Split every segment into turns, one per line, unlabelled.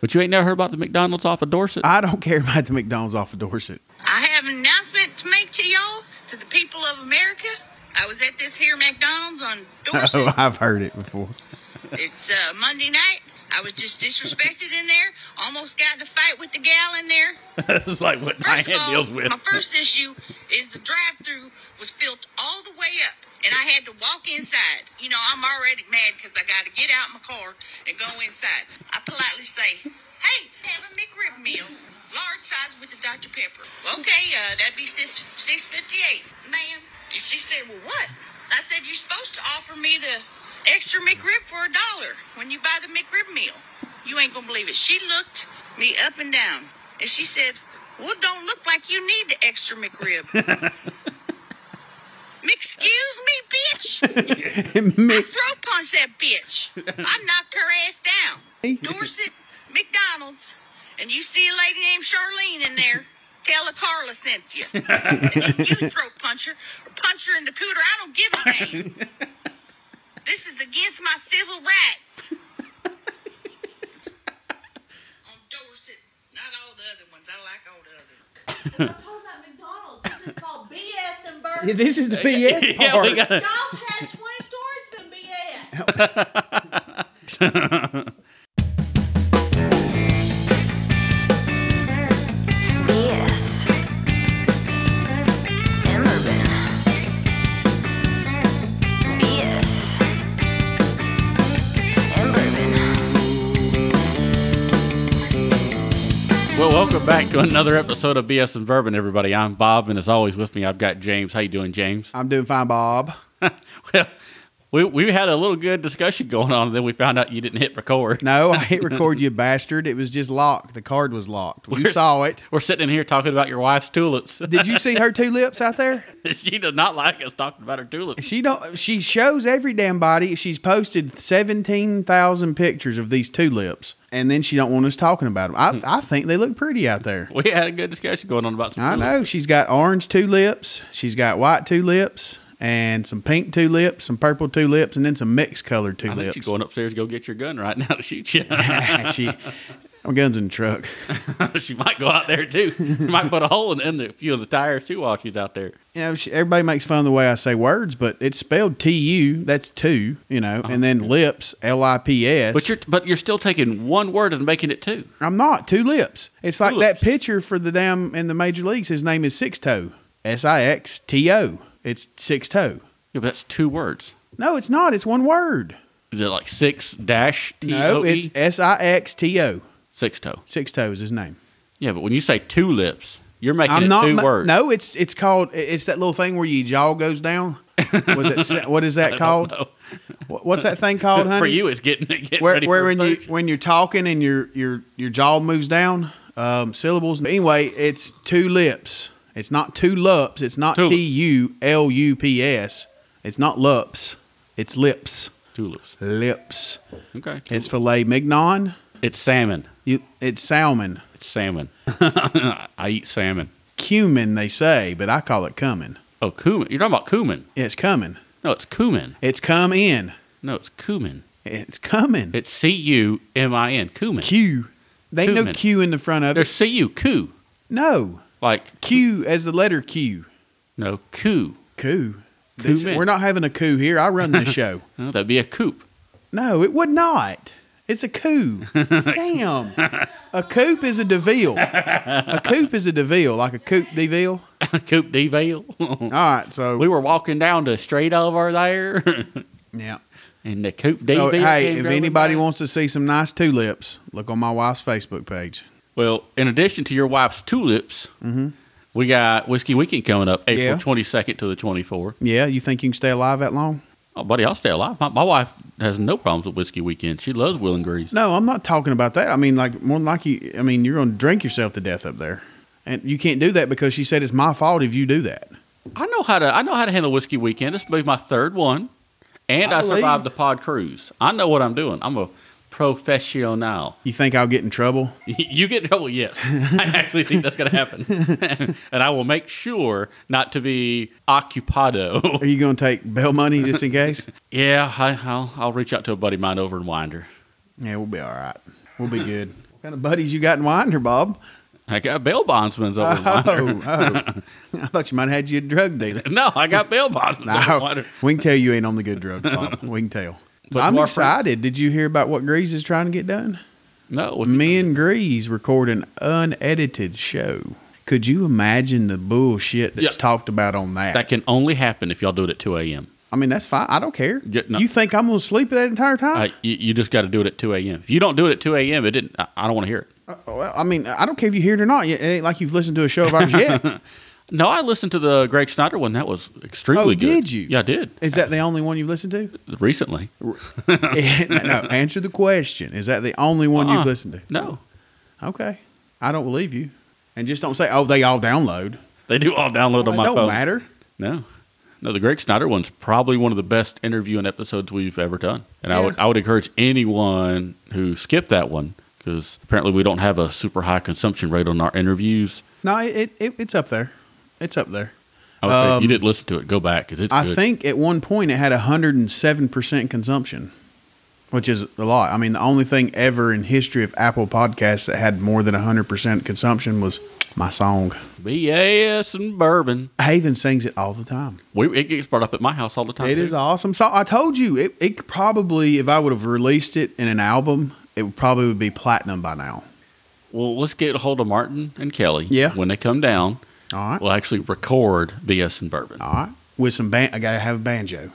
But you ain't never heard about the McDonald's off of Dorset?
I don't care about the McDonald's off of Dorset.
I have an announcement to make to y'all, to the people of America. I was at this here McDonald's on Dorset.
Oh, I've heard it before.
It's uh, Monday night. I was just disrespected in there. Almost got in a fight with the gal in there.
That's like what
First
Diane
of all,
deals with.
my first issue is the drive-through was filled all the way up, and I had to walk inside. You know, I'm already mad because I got to get out my car and go inside. I politely say, "Hey, have a McRib meal, large size with the Dr Pepper." Okay, uh, that'd be six six fifty-eight, ma'am. And she said, "Well, what?" I said, "You're supposed to offer me the extra McRib for a dollar when you buy the McRib meal." You ain't gonna believe it. She looked me up and down, and she said, "Well, it don't look like you need the extra McRib." Excuse me, bitch. I
Mc-
throw punched that bitch. I knocked her ass down. Dorset, McDonald's, and you see a lady named Charlene in there. Tell her Carla sent you. And if you throw punch her, or punch her in the cooter. I don't give a damn. This is against my civil rights. On Dorset, not all the other ones. I like all the others.
I'm talking about McDonald's. This is called BS and burgers.
Yeah, this is the BS
yeah,
part.
we got
Y'all have had 20 stories from BS.
Yes. Emmerman. Yes. Emberman.
Well, welcome back to another episode of BS and Bourbon, everybody. I'm Bob, and as always with me, I've got James. How you doing, James?
I'm doing fine, Bob.
well, we, we had a little good discussion going on, and then we found out you didn't hit record.
No, I hit record, you bastard. It was just locked. The card was locked. You
Where-
saw it.
We're sitting in here talking about your wife's tulips.
Did you see her two lips out there?
she does not like us talking about her tulips.
She don't. She shows every damn body. She's posted seventeen thousand pictures of these tulips, and then she don't want us talking about
Hmm.
them. I, I think they look pretty out there.
We had a good discussion going on about some
I
tulips.
know she's got orange tulips. She's got white tulips and some pink tulips, some purple tulips, and then some mixed colored
I think
tulips.
she's going upstairs to go get your gun right now to shoot you.
she, my gun's in the truck.
she might go out there too. She might put a hole in, in the, a few of the tires too while she's out there.
you know, she, everybody makes fun of the way I say words, but it's spelled T U. That's two, you know, and then lips, L I P S.
Oh, But you're but you're still taking one word and making it two.
I'm not two lips. It's like
Tulips.
that pitcher for the damn in the major leagues. His name is Six Toe, S I X T O. It's Six Toe.
Yeah, but that's two words.
No, it's not. It's one word.
Is it like six dash T
No,
O
it's
E
S I X T O.
six toe?
Six Toe is his name.
Yeah, but when you say two lips, you're making it
I'm not.
two
ma-
words.
No, it's it's called. It's that little thing where your jaw goes down. Was it? se- What is that called? Wha- What's that thing called, honey?
for you, it's getting getting
where,
ready
where
for
when you
surgery.
when you're talking and your your your jaw moves down um, syllables. But anyway, it's two lips. It's not two lups. It's not
Tulip.
T U L U P S. It's not lups. It's lips.
tulips.
Lips.
Okay,
It's filet mignon.
it's salmon.
You, it's salmon.
It's salmon. I eat salmon.
Cumin, they say, but I call it cumin.
Oh, cumin. You're talking about cumin.
It's coming.
No, it's cumin.
It's come in.
No, it's cumin.
It's coming.
It's C U M I N. Cumin.
Q. They ain't no
Cumin.
Q in the front of
There's
it.
C U coo.
No.
Like
Q as the letter Q.
no coo.
Coup.
Coup
This-
man.
we're not having a coup here. I run this show.
No, that'd be a coop.
no, it would not. It's a coup. Damn. A coup is a DeVille. A coup is a DeVille, like a coupe DeVille.
coop D Vale.
All right, so
Mm. we were walking down the street over there,
yeah.
and the coop D
So
Vale.
hey,
came
if
rolling
anybody
by.
wants to see some nice tulips, look on my wife's Facebook page.
well, in addition to your wife's tulips, we got whiskey weekend coming up April
Mm-hmm. Yeah.
twenty second to the twenty fourth.
Yeah, you think you can stay alive that long?
Oh, buddy, I'll stay alive. My, my wife has no problems with whiskey weekend. She loves Will and Grease.
No, I'm not talking about that. I mean, like more than likely, I mean, you're going to drink yourself to death up there, and you can't do that because she said it's my fault if you do that.
I know how to. I know how to handle whiskey weekend. This will be my third one, and I,
I believe-
survived the pod cruise. I know what I'm doing. I'm a professional.
You think I'll get in trouble?
You get in trouble, yes. I actually think that's going to happen. and I will make sure not to be occupado.
Are you going to take bail money just in case?
yeah, I, I'll, I'll reach out to a buddy of mine over in Winder.
yeah, we'll be all right. We'll be good. kind of buddies you got in Winder, Bob?
I got bail bondsman's over
Oh,
there.
oh. I thought you might have had you a drug dealer.
No, I got bail bondsman's over
No,
water.
we can tell you ain't on the good drugs, Bob. We can tell. So
But
I'm
Warfarin-
excited. Did you hear about what Grease is trying to get done?
No,
Me and Grease record an unedited show. Could you imagine the bullshit that's
Yeah.
talked about on that?
that can only happen if y'all do it at 2 a.m.
I mean, that's fine. I don't care.
Yeah, no.
You think I'm going to sleep that entire time?
I, you, you just got to do it at 2 a.m. If you don't do it at 2 a.m., it didn't. I, I don't want to hear it.
Uh, well, I mean, I don't care if you hear it or not. It ain't like you've listened to a show of ours yet.
No, I listened to the Greg Schneider one. That was extremely
Oh,
good.
did you?
Yeah, I did.
Is that the only one you've listened to?
Recently.
no, answer the question. Is that the only one
Uh-uh.
you've listened to?
No.
Okay. I don't believe you. And just don't say, oh, they all download.
They do all download
Well,
on
it
my
don't
phone.
matter.
No. No, the Greg Snyder one's probably one of the best interviewing episodes we've ever done. And I
Yeah.
would I would encourage anyone who skipped that one because apparently we don't have a super high consumption rate on our interviews.
No, it, it, it it's up there. It's up there.
I would say if you
Um,
didn't listen to it, go back because it's
I
good.
think at one point it had hundred and seven percent consumption, which is a lot. I mean, the only thing ever in history of Apple Podcasts that had more than hundred percent consumption was my song.
BS and bourbon.
Haven sings it all the time.
We, it gets brought up at my house all the time.
It
too.
is an awesome song. I told you it. It could probably, if I would have released it in an album, it would probably would be platinum by now.
Well, let's get a hold of Martin and Kelly.
Yeah.
When they come down,
All right,
we'll actually record BS and bourbon.
all right. With some ban, I gotta have a banjo.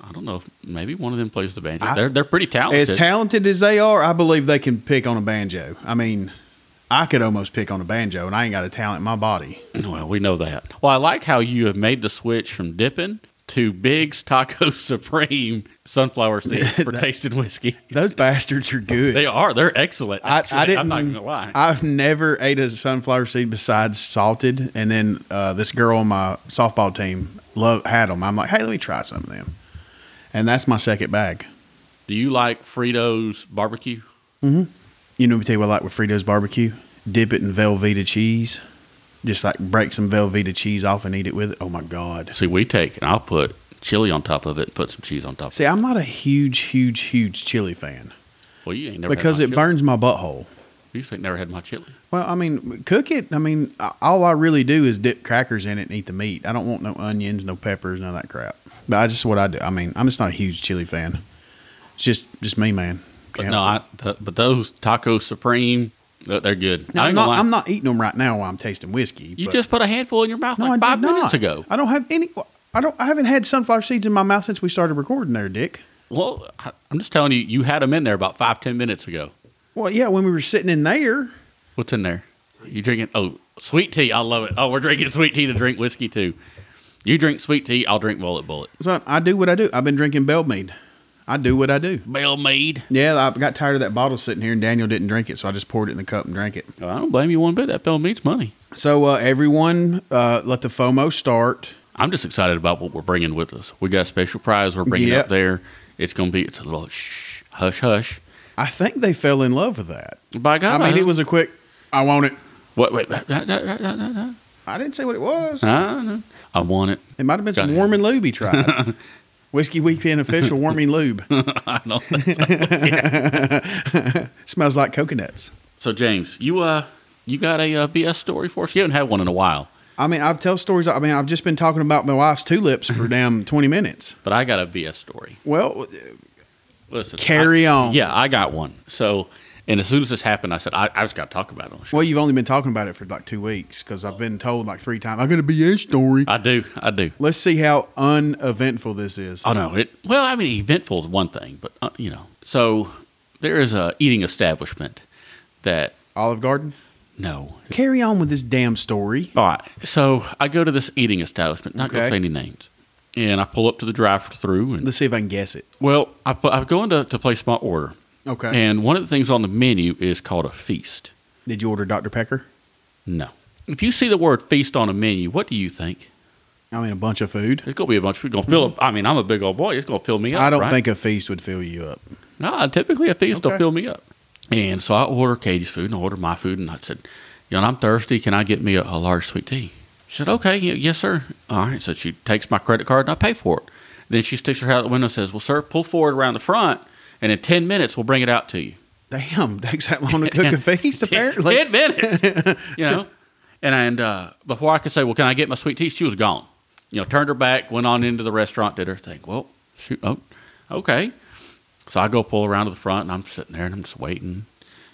I don't know. if Maybe one of them plays the banjo.
I-
they're they're pretty talented.
As talented as they are, I believe they can pick on a banjo. I mean, I could almost pick on a banjo, and I ain't got a talent in my body.
Well, we know that. Well, I like how you have made the switch from dipping to Big's Taco Supreme sunflower seeds for tasted whiskey.
Those bastards are good.
They are. They're excellent.
I,
actually.
I didn't.
I'm not going to lie.
have never ate a sunflower seed besides salted, and then uh, this girl on my softball team love had them. I'm like, hey, let me try some of them, and that's my second bag.
Do you like Fritos barbecue?
You know, let me tell you what I like with Fritos barbecue. Dip it in Velveeta cheese, just like break some Velveeta cheese off and eat it with it. Oh my god.
See, we take and I'll put chili on top of it and put some cheese on top. of it.
See, I'm not a huge, huge, huge chili fan
Well, you ain't never
because
had
it
my chili.
burns my butthole.
You just ain't never had my chili.
Well, I mean, cook it. I mean, a- all I really do is dip crackers in it and eat the meat. I don't want no onions, no peppers, none of that crap. But I just what I do. I mean, I'm just not a huge chili fan. It's just just me, man.
But
Can't
no,
help
I, th- but those Taco Supreme, th- they're good.
it. No,
I
I'm
ain't
not.
gonna lie.
I'm not eating them right now while I'm tasting whiskey.
You
but-
just put a handful in your mouth
no,
like
I
five
did not.
minutes ago.
I don't have any. I don't. I haven't had sunflower seeds in my mouth since we started recording there, Dick.
Well, I, I'm just telling you, you had them in there about five, ten minutes ago.
Well, yeah, when we were sitting in there.
What's in there? You drinking? Oh, sweet tea. I love it. Oh, we're drinking sweet tea to drink whiskey too. You drink sweet tea. I'll drink Bullet Bullet.
So I do what I do. I've been drinking bell mead. I do what I do.
Bell mead.
Yeah, I got tired of that bottle sitting here, and Daniel didn't drink it, so I just poured it in the cup and drank it.
Oh, I don't blame you one bit. That Bell mead's money.
So uh, everyone, uh, let the FOMO start.
I'm just excited about what we're bringing with us. We got a special prize we're bringing
Yep.
up there. It's gonna be. It's a little shh, hush, hush.
I think they fell in love with that.
By God,
I mean, it was a quick. I want it.
What? Wait. uh, uh, uh, uh, uh, uh,
I didn't say what it was.
uh, I want it.
It might have been
Go
some
ahead.
warm and lube he tried. Whiskey Weekend official warming lube
I don't think-
smells like coconuts.
so, James, you uh, you got a uh, BS story for us? You haven't had one in a while,
I mean, I've tell stories. I mean, I've just been talking about my wife's tulips for damn twenty minutes.
but I got a BS story.
Well,
Listen,
Carry
I-
on.
Yeah, I got one. So, and as soon as this happened, I said, I, I just got to talk about it. On the show.
well, you've only been talking about it for like two weeks because I've been told like three times I'm gonna be a story.
I do, I do.
Let's see how uneventful this is.
Oh no, it. Well, I mean, eventful is one thing, but uh, you know, so there is a eating establishment that
Olive Garden.
no.
Carry on with this damn story.
All right, so I go to this eating establishment, not gonna
Okay.
say any names, and I pull up to the drive-through, and
Let's see if I can guess it.
well, I pu- I go in to, to place my order,
Okay.
and one of the things on the menu is called a feast.
Did you order Dr. Pecker?
No, if you see the word feast on a menu, what do you think?
I mean, a bunch of food.
It's gonna be a bunch. It's gonna fill up. I mean, I'm a big old boy. It's gonna fill me up.
I don't
right?
think a feast would fill you up.
No, typically a feast will
Okay.
fill me up. And so I order Katie's food and I order my food and I said, you know, I'm thirsty. Can I get me a, a large sweet tea? She said, okay, y- yes, sir. All right. So she takes my credit card and I pay for it. Then she sticks her head out the window and says, well, sir, pull forward around the front and in 10 minutes we'll bring it out to you.
Damn, takes that long to cook a feast. Apparently,
Ten minutes, you know. And and uh, before I could say, well, can I get my sweet tea? She was gone. You know, turned her back, went on into the restaurant, did her thing. Well, shoot, oh, okay. So I go pull around to the front, and I'm sitting there and I'm just waiting.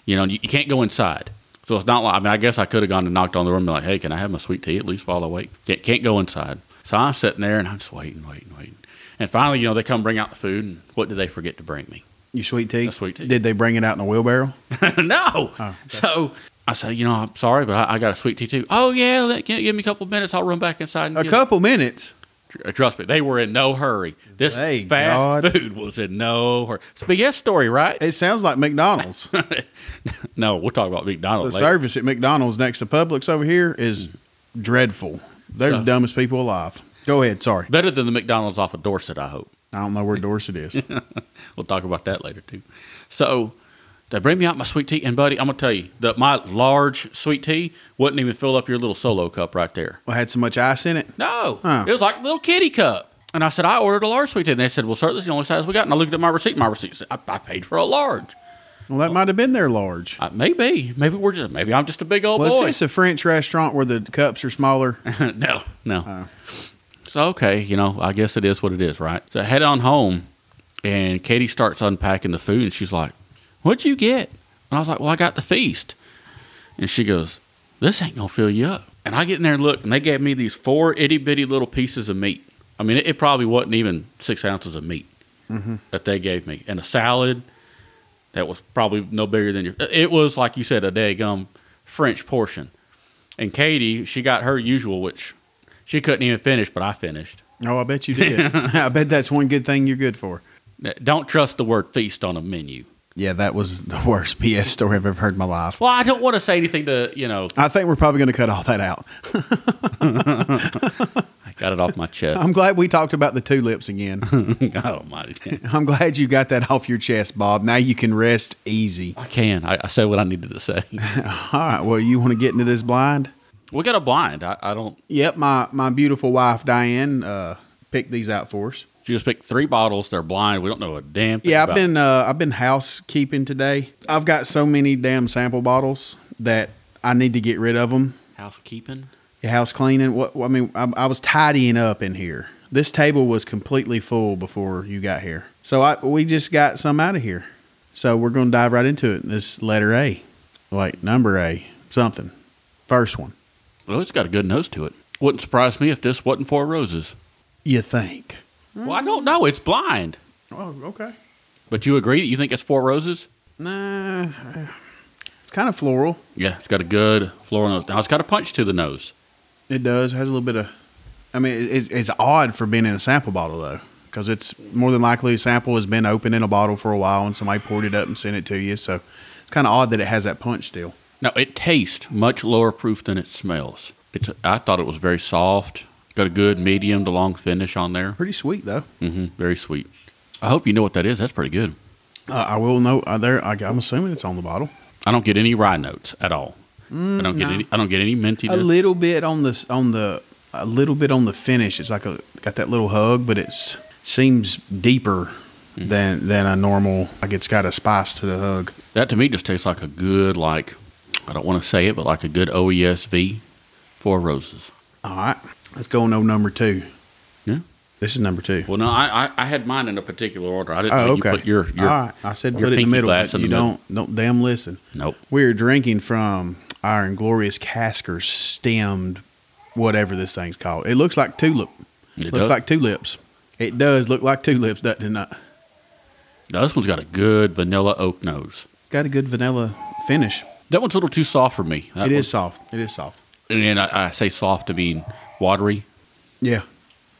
You know, and you, you can't go inside. So it's not like I mean, I guess I could have gone and knocked on the door and been like, hey, can I have my sweet tea at least while I wait? Can't, can't go inside. So I'm sitting there and I'm just waiting, waiting, waiting. And finally, you know, they come bring out the food, and what did they forget to bring me?
you sweet tea.
A sweet tea.
Did they bring it out in a wheelbarrow?
no.
okay.
So I say, you know, I'm sorry, but I, I got a sweet tea too. Oh yeah, let, give, give me a couple of minutes. I'll run back inside. And
A
get it."
couple minutes.
Tr- Trust me, they were in no hurry. This
Thank
fast
God.
food was in no hurry. Spaghetti story, right?
It sounds like McDonald's.
no, we'll talk about
the
McDonald's later. Mm.
service at McDonald's next to Publix over here is dreadful. They're
So-
the dumbest people alive. Go ahead. Sorry,
Better than the McDonald's off of Dorset, I hope.
I don't know where Dorset is.
We'll talk about that later too. So they bring me out my sweet tea, and buddy, I'm gonna tell you that my large sweet tea wouldn't even fill up your little solo cup right there.
I had so much ice in it.
No.
Huh.
It was like a little kitty cup. And I said, I ordered a large sweet tea. And they said, Well, sir, this is the only size we got. And I looked at my receipt. My receipt said, I, I paid for a large.
Well, that might have been their large.
I, maybe. Maybe we're just, maybe I'm just a big old
Was
Oh, boy.
this a French restaurant where the cups are smaller?
no, no. So, okay, you know, I guess it is what it is, right? So I head on home, and Katie starts unpacking the food, and she's like, What'd you get? And I was like, Well, I got the feast. And she goes, This ain't gonna fill you up. And I get in there and look, and they gave me these four itty bitty little pieces of meat. I mean, it, it probably wasn't even six ounces of meat that they gave me, and a salad that was probably no bigger than your. It was like you said, a daggum French portion. And Katie, she got her usual, which she couldn't even finish, but I finished.
Oh, I bet you did. I bet that's one good thing you're good for.
Don't trust the word feast on a menu.
Yeah, that was the worst BS story I've ever heard in my life.
Well, I don't want to say anything to, you know,
I think we're probably going to cut all that out.
I got it off my chest. Oh
I'm glad we talked about the tulips again.
God almighty.
I'm glad you got that off your chest, Bob. Now you can rest easy.
I can. I, I said what I needed to say.
All right. Well, you want to get into this blind?
We got a blind. I, I don't.
Yep. My my beautiful wife Diane uh, picked these out for us.
She just picked three bottles. They're blind. We don't know a damn thing.
Yeah,
about
I've been uh, I've been housekeeping today. I've got so many damn sample bottles that I need to get rid of them.
housekeeping.
Your house cleaning. What I mean, I, I was tidying up in here. This table was completely full before you got here, so I we just got some out of here. So we're gonna dive right into it. This letter A, like number A, something. First one.
Well, it's got a good nose to it. Wouldn't surprise me if this wasn't four roses.
You think?
Well, I don't know. It's blind.
Oh, okay.
But you agree that you think it's four roses?
Nah, it's kind of floral.
Yeah, it's got a good floral nose. Now it's got a punch to the nose.
It does. It has a little bit of. I mean, it, it- it's odd for being in a sample bottle though, because it's more than likely a sample has been open in a bottle for a while, and somebody poured it up and sent it to you. So it's kind of odd that it has that punch still.
Now it tastes much lower proof than it smells. It's I thought it was very soft. Got a good medium to long finish on there.
Pretty sweet though.
hmm Very sweet. I hope you know what that is. That's pretty good.
Uh, I will know. Uh, there, I, I'm assuming it's on the bottle.
I don't get any rye notes at all. I don't get
Mm, no.
any. I don't get any
A
mintiness.
little bit on this on the a little bit on the finish. It's like a got that little hug, but it's seems deeper than than a normal. Like it's got a spice to the hug.
that to me just tastes like a good like. I don't want to say it, but like a good E OESV, four roses.
All right, let's go on to number two.
Yeah.
This is number two.
Well, no, I I, I had mine in a particular order. I didn't.
Oh,
know
okay.
You put your your.
All right. I said
your
put it in
pinky
the middle.
glass
but
in
you
the middle.
don't don't damn listen.
Nope.
We're drinking from our inglorious caskers stemmed whatever this thing's called. It looks like tulip.
It
looks
does.
like tulips. It does look like tulips, doesn't it? not?
Now, this one's got a good vanilla oak nose.
It's got a good vanilla finish.
That one's a little too soft for me. That
It is
one-
soft. It is soft.
and I, I say soft to mean watery,
Yeah.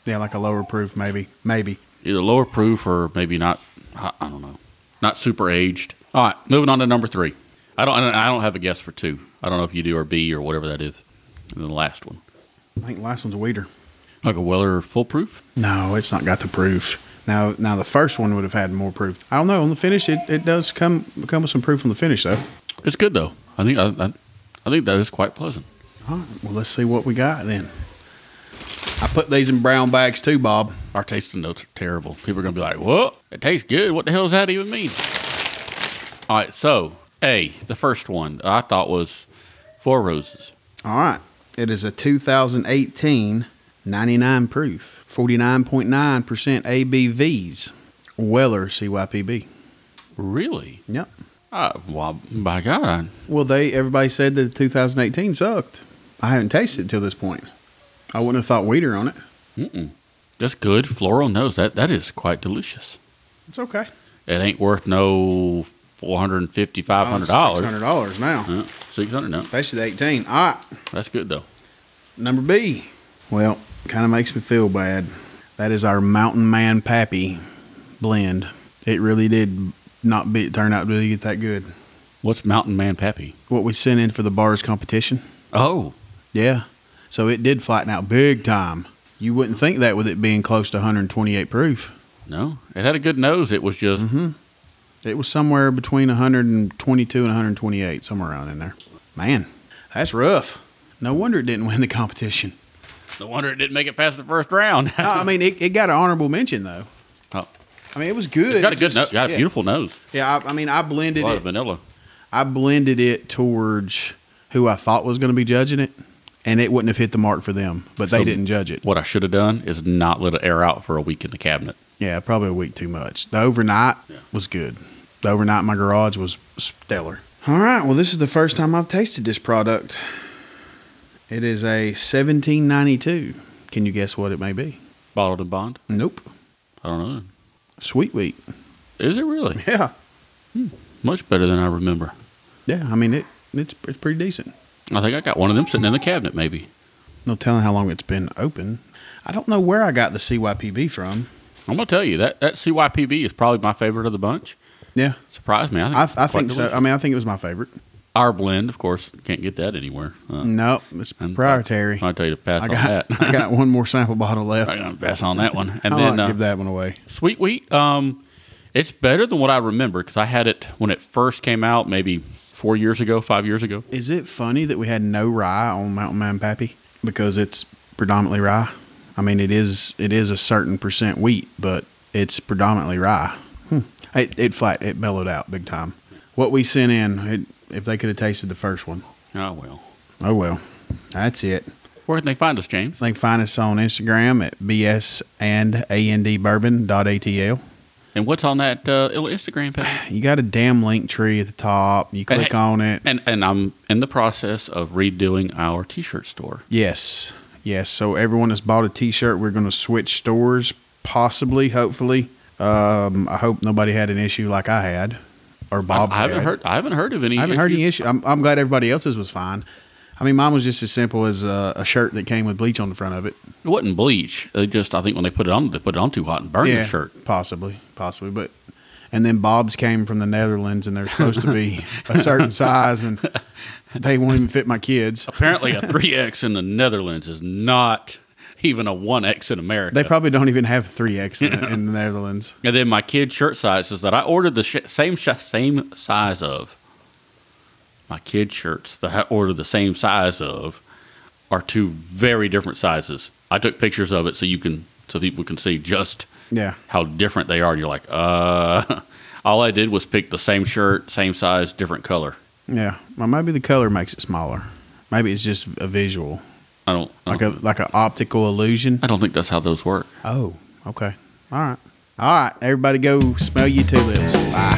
Yeah, like a lower proof maybe. Maybe.
either lower proof or maybe not. I, I don't know, not super aged. All right, moving on to number three. I don't. I don't- I don't have a guess for two. I don't know if you do or B or whatever that is. And then the last one,
I think the last one's a weeder.
like a Weller full proof.
No, it's not got the proof. Now, now the first one would have had more proof. I don't know. On the finish, it, it does come come with some proof on the finish though.
It's good though. I think. I, I, I think that is quite pleasant.
All right. Well, let's see what we got then. I put these in brown bags too, Bob.
Our tasting notes are terrible. People are gonna be like, "What? It tastes good. What the hell does that even mean?" All right, so A, the first one that I thought was Four Roses.
All right. It is a 2018 99 proof, 49.9% ABVs, Weller CYPB.
Really?
Yep.
Uh, well, by God,
Well, they everybody said that 2018 sucked. I haven't tasted it till this point. I wouldn't have thought weeder on it.
mm-mm. that's good floral nose. That that is quite delicious.
It's okay.
It ain't worth no four hundred and fifty, five hundred dollars.
Hundred dollars now.
Uh, Six hundred, no,
Tasted 18. All right.
that's good though.
Number B. Well, kind of makes me feel bad. That is our Mountain Man Pappy blend. It really did not be turn out to be that good.
What's Mountain Man Pappy?
What we sent in for the bars competition.
Oh,
Yeah. So it did flatten out big time. You wouldn't think that with it being close to 128 proof.
no, it had a good nose. It was just
It was somewhere between 122 and 128, somewhere around in there. Man, that's rough. No wonder it didn't win the competition.
no wonder it didn't make it past the first round.
No, I mean, it, it got an honorable mention, though.
Oh.
I mean, it was good.
It's got a good
Just-
nose. Got a
yeah.
beautiful nose.
Yeah, I, I mean, I blended
a lot of
it.
vanilla.
I blended it towards who I thought was going to be judging it, and it wouldn't have hit the mark for them. But they
So-
didn't judge it.
What I should have done is not let it air out for a week in the cabinet.
Yeah, probably a week too much. The overnight was good. The overnight in my garage was stellar. All right. Well, this is the first time I've tasted this product. It is a 1792. Can you guess what it may be?
Bottled and bond.
Nope.
I don't know.
Sweet wheat.
Is it really
Yeah.
much better than I remember?
Yeah. I mean, it it's, it's pretty decent.
I think I got one of them sitting in the cabinet, maybe.
No telling how long it's been open. I don't know where I got the CYPB from.
I'm gonna tell you that that CYPB is probably my favorite of the bunch.
Yeah,
Surprised me. I think,
I,
it's
I
quite
think so.
delicious.
I mean, I think it was my favorite.
Our blend, of course, can't get that anywhere. Uh,
No, it's
and-
proprietary.
I'll tell you to pass
Mm. I
on
got
that.
I got one more sample bottle left.
I'm gonna pass on that one. And
I'll
then
not
uh,
give that one away.
sweet wheat. Um, it's better than what I remember because I had it when it first came out, maybe four years ago, five years ago.
Is it funny that we had no rye on Mountain Man Pappy because it's predominantly rye? I mean, it is it is a certain percent wheat, but it's predominantly rye. Hmm. It it flat it mellowed out big time. What we sent in, it, if they could have tasted the first one,
Oh well.
oh well. That's it.
Where can they find us, James?
They can find us on Instagram at bs and andbourbon.atl.
And what's on that uh, little Instagram page?
You got a damn link tree at the top. You click
hey-
on it.
And and I'm in the process of redoing our T-shirt store.
Yes. Yes. So everyone that's bought a T-shirt, we're going to switch stores, possibly, hopefully. Um, I hope nobody had an issue like I had, or
I,
Bob.
I haven't
had.
heard. I haven't heard of any.
I haven't heard any
issues.
issue. I'm, I'm glad everybody else's was fine. I mean, mine was just as simple as uh, a shirt that came with bleach on the front of it.
It wasn't bleach. They just, I think, when they put it on, they put it on too hot and burned the shirt.
possibly, possibly, but. And then Bob's came from the Netherlands, and they're supposed to be a certain size, and they won't even fit my kids.
Apparently, a three X in the Netherlands is not even a one X in America.
They probably don't even have three X in, in the Netherlands.
and then my kid's shirt sizes that I ordered the sh- same sh- same size of. My kid's shirts that I ordered the same size of are two very different sizes. I took pictures of it so you can so people can see just
Yeah.
how different they are. And you're like, uh, all I did was pick the same shirt, same size, different color.
Yeah, well, maybe the color makes it smaller. Maybe it's just a visual,
I don't, I
like
don't,
a like an optical illusion.
I don't think that's how those work.
Oh, okay. All right, all right. Everybody, go smell your tulips. Bye.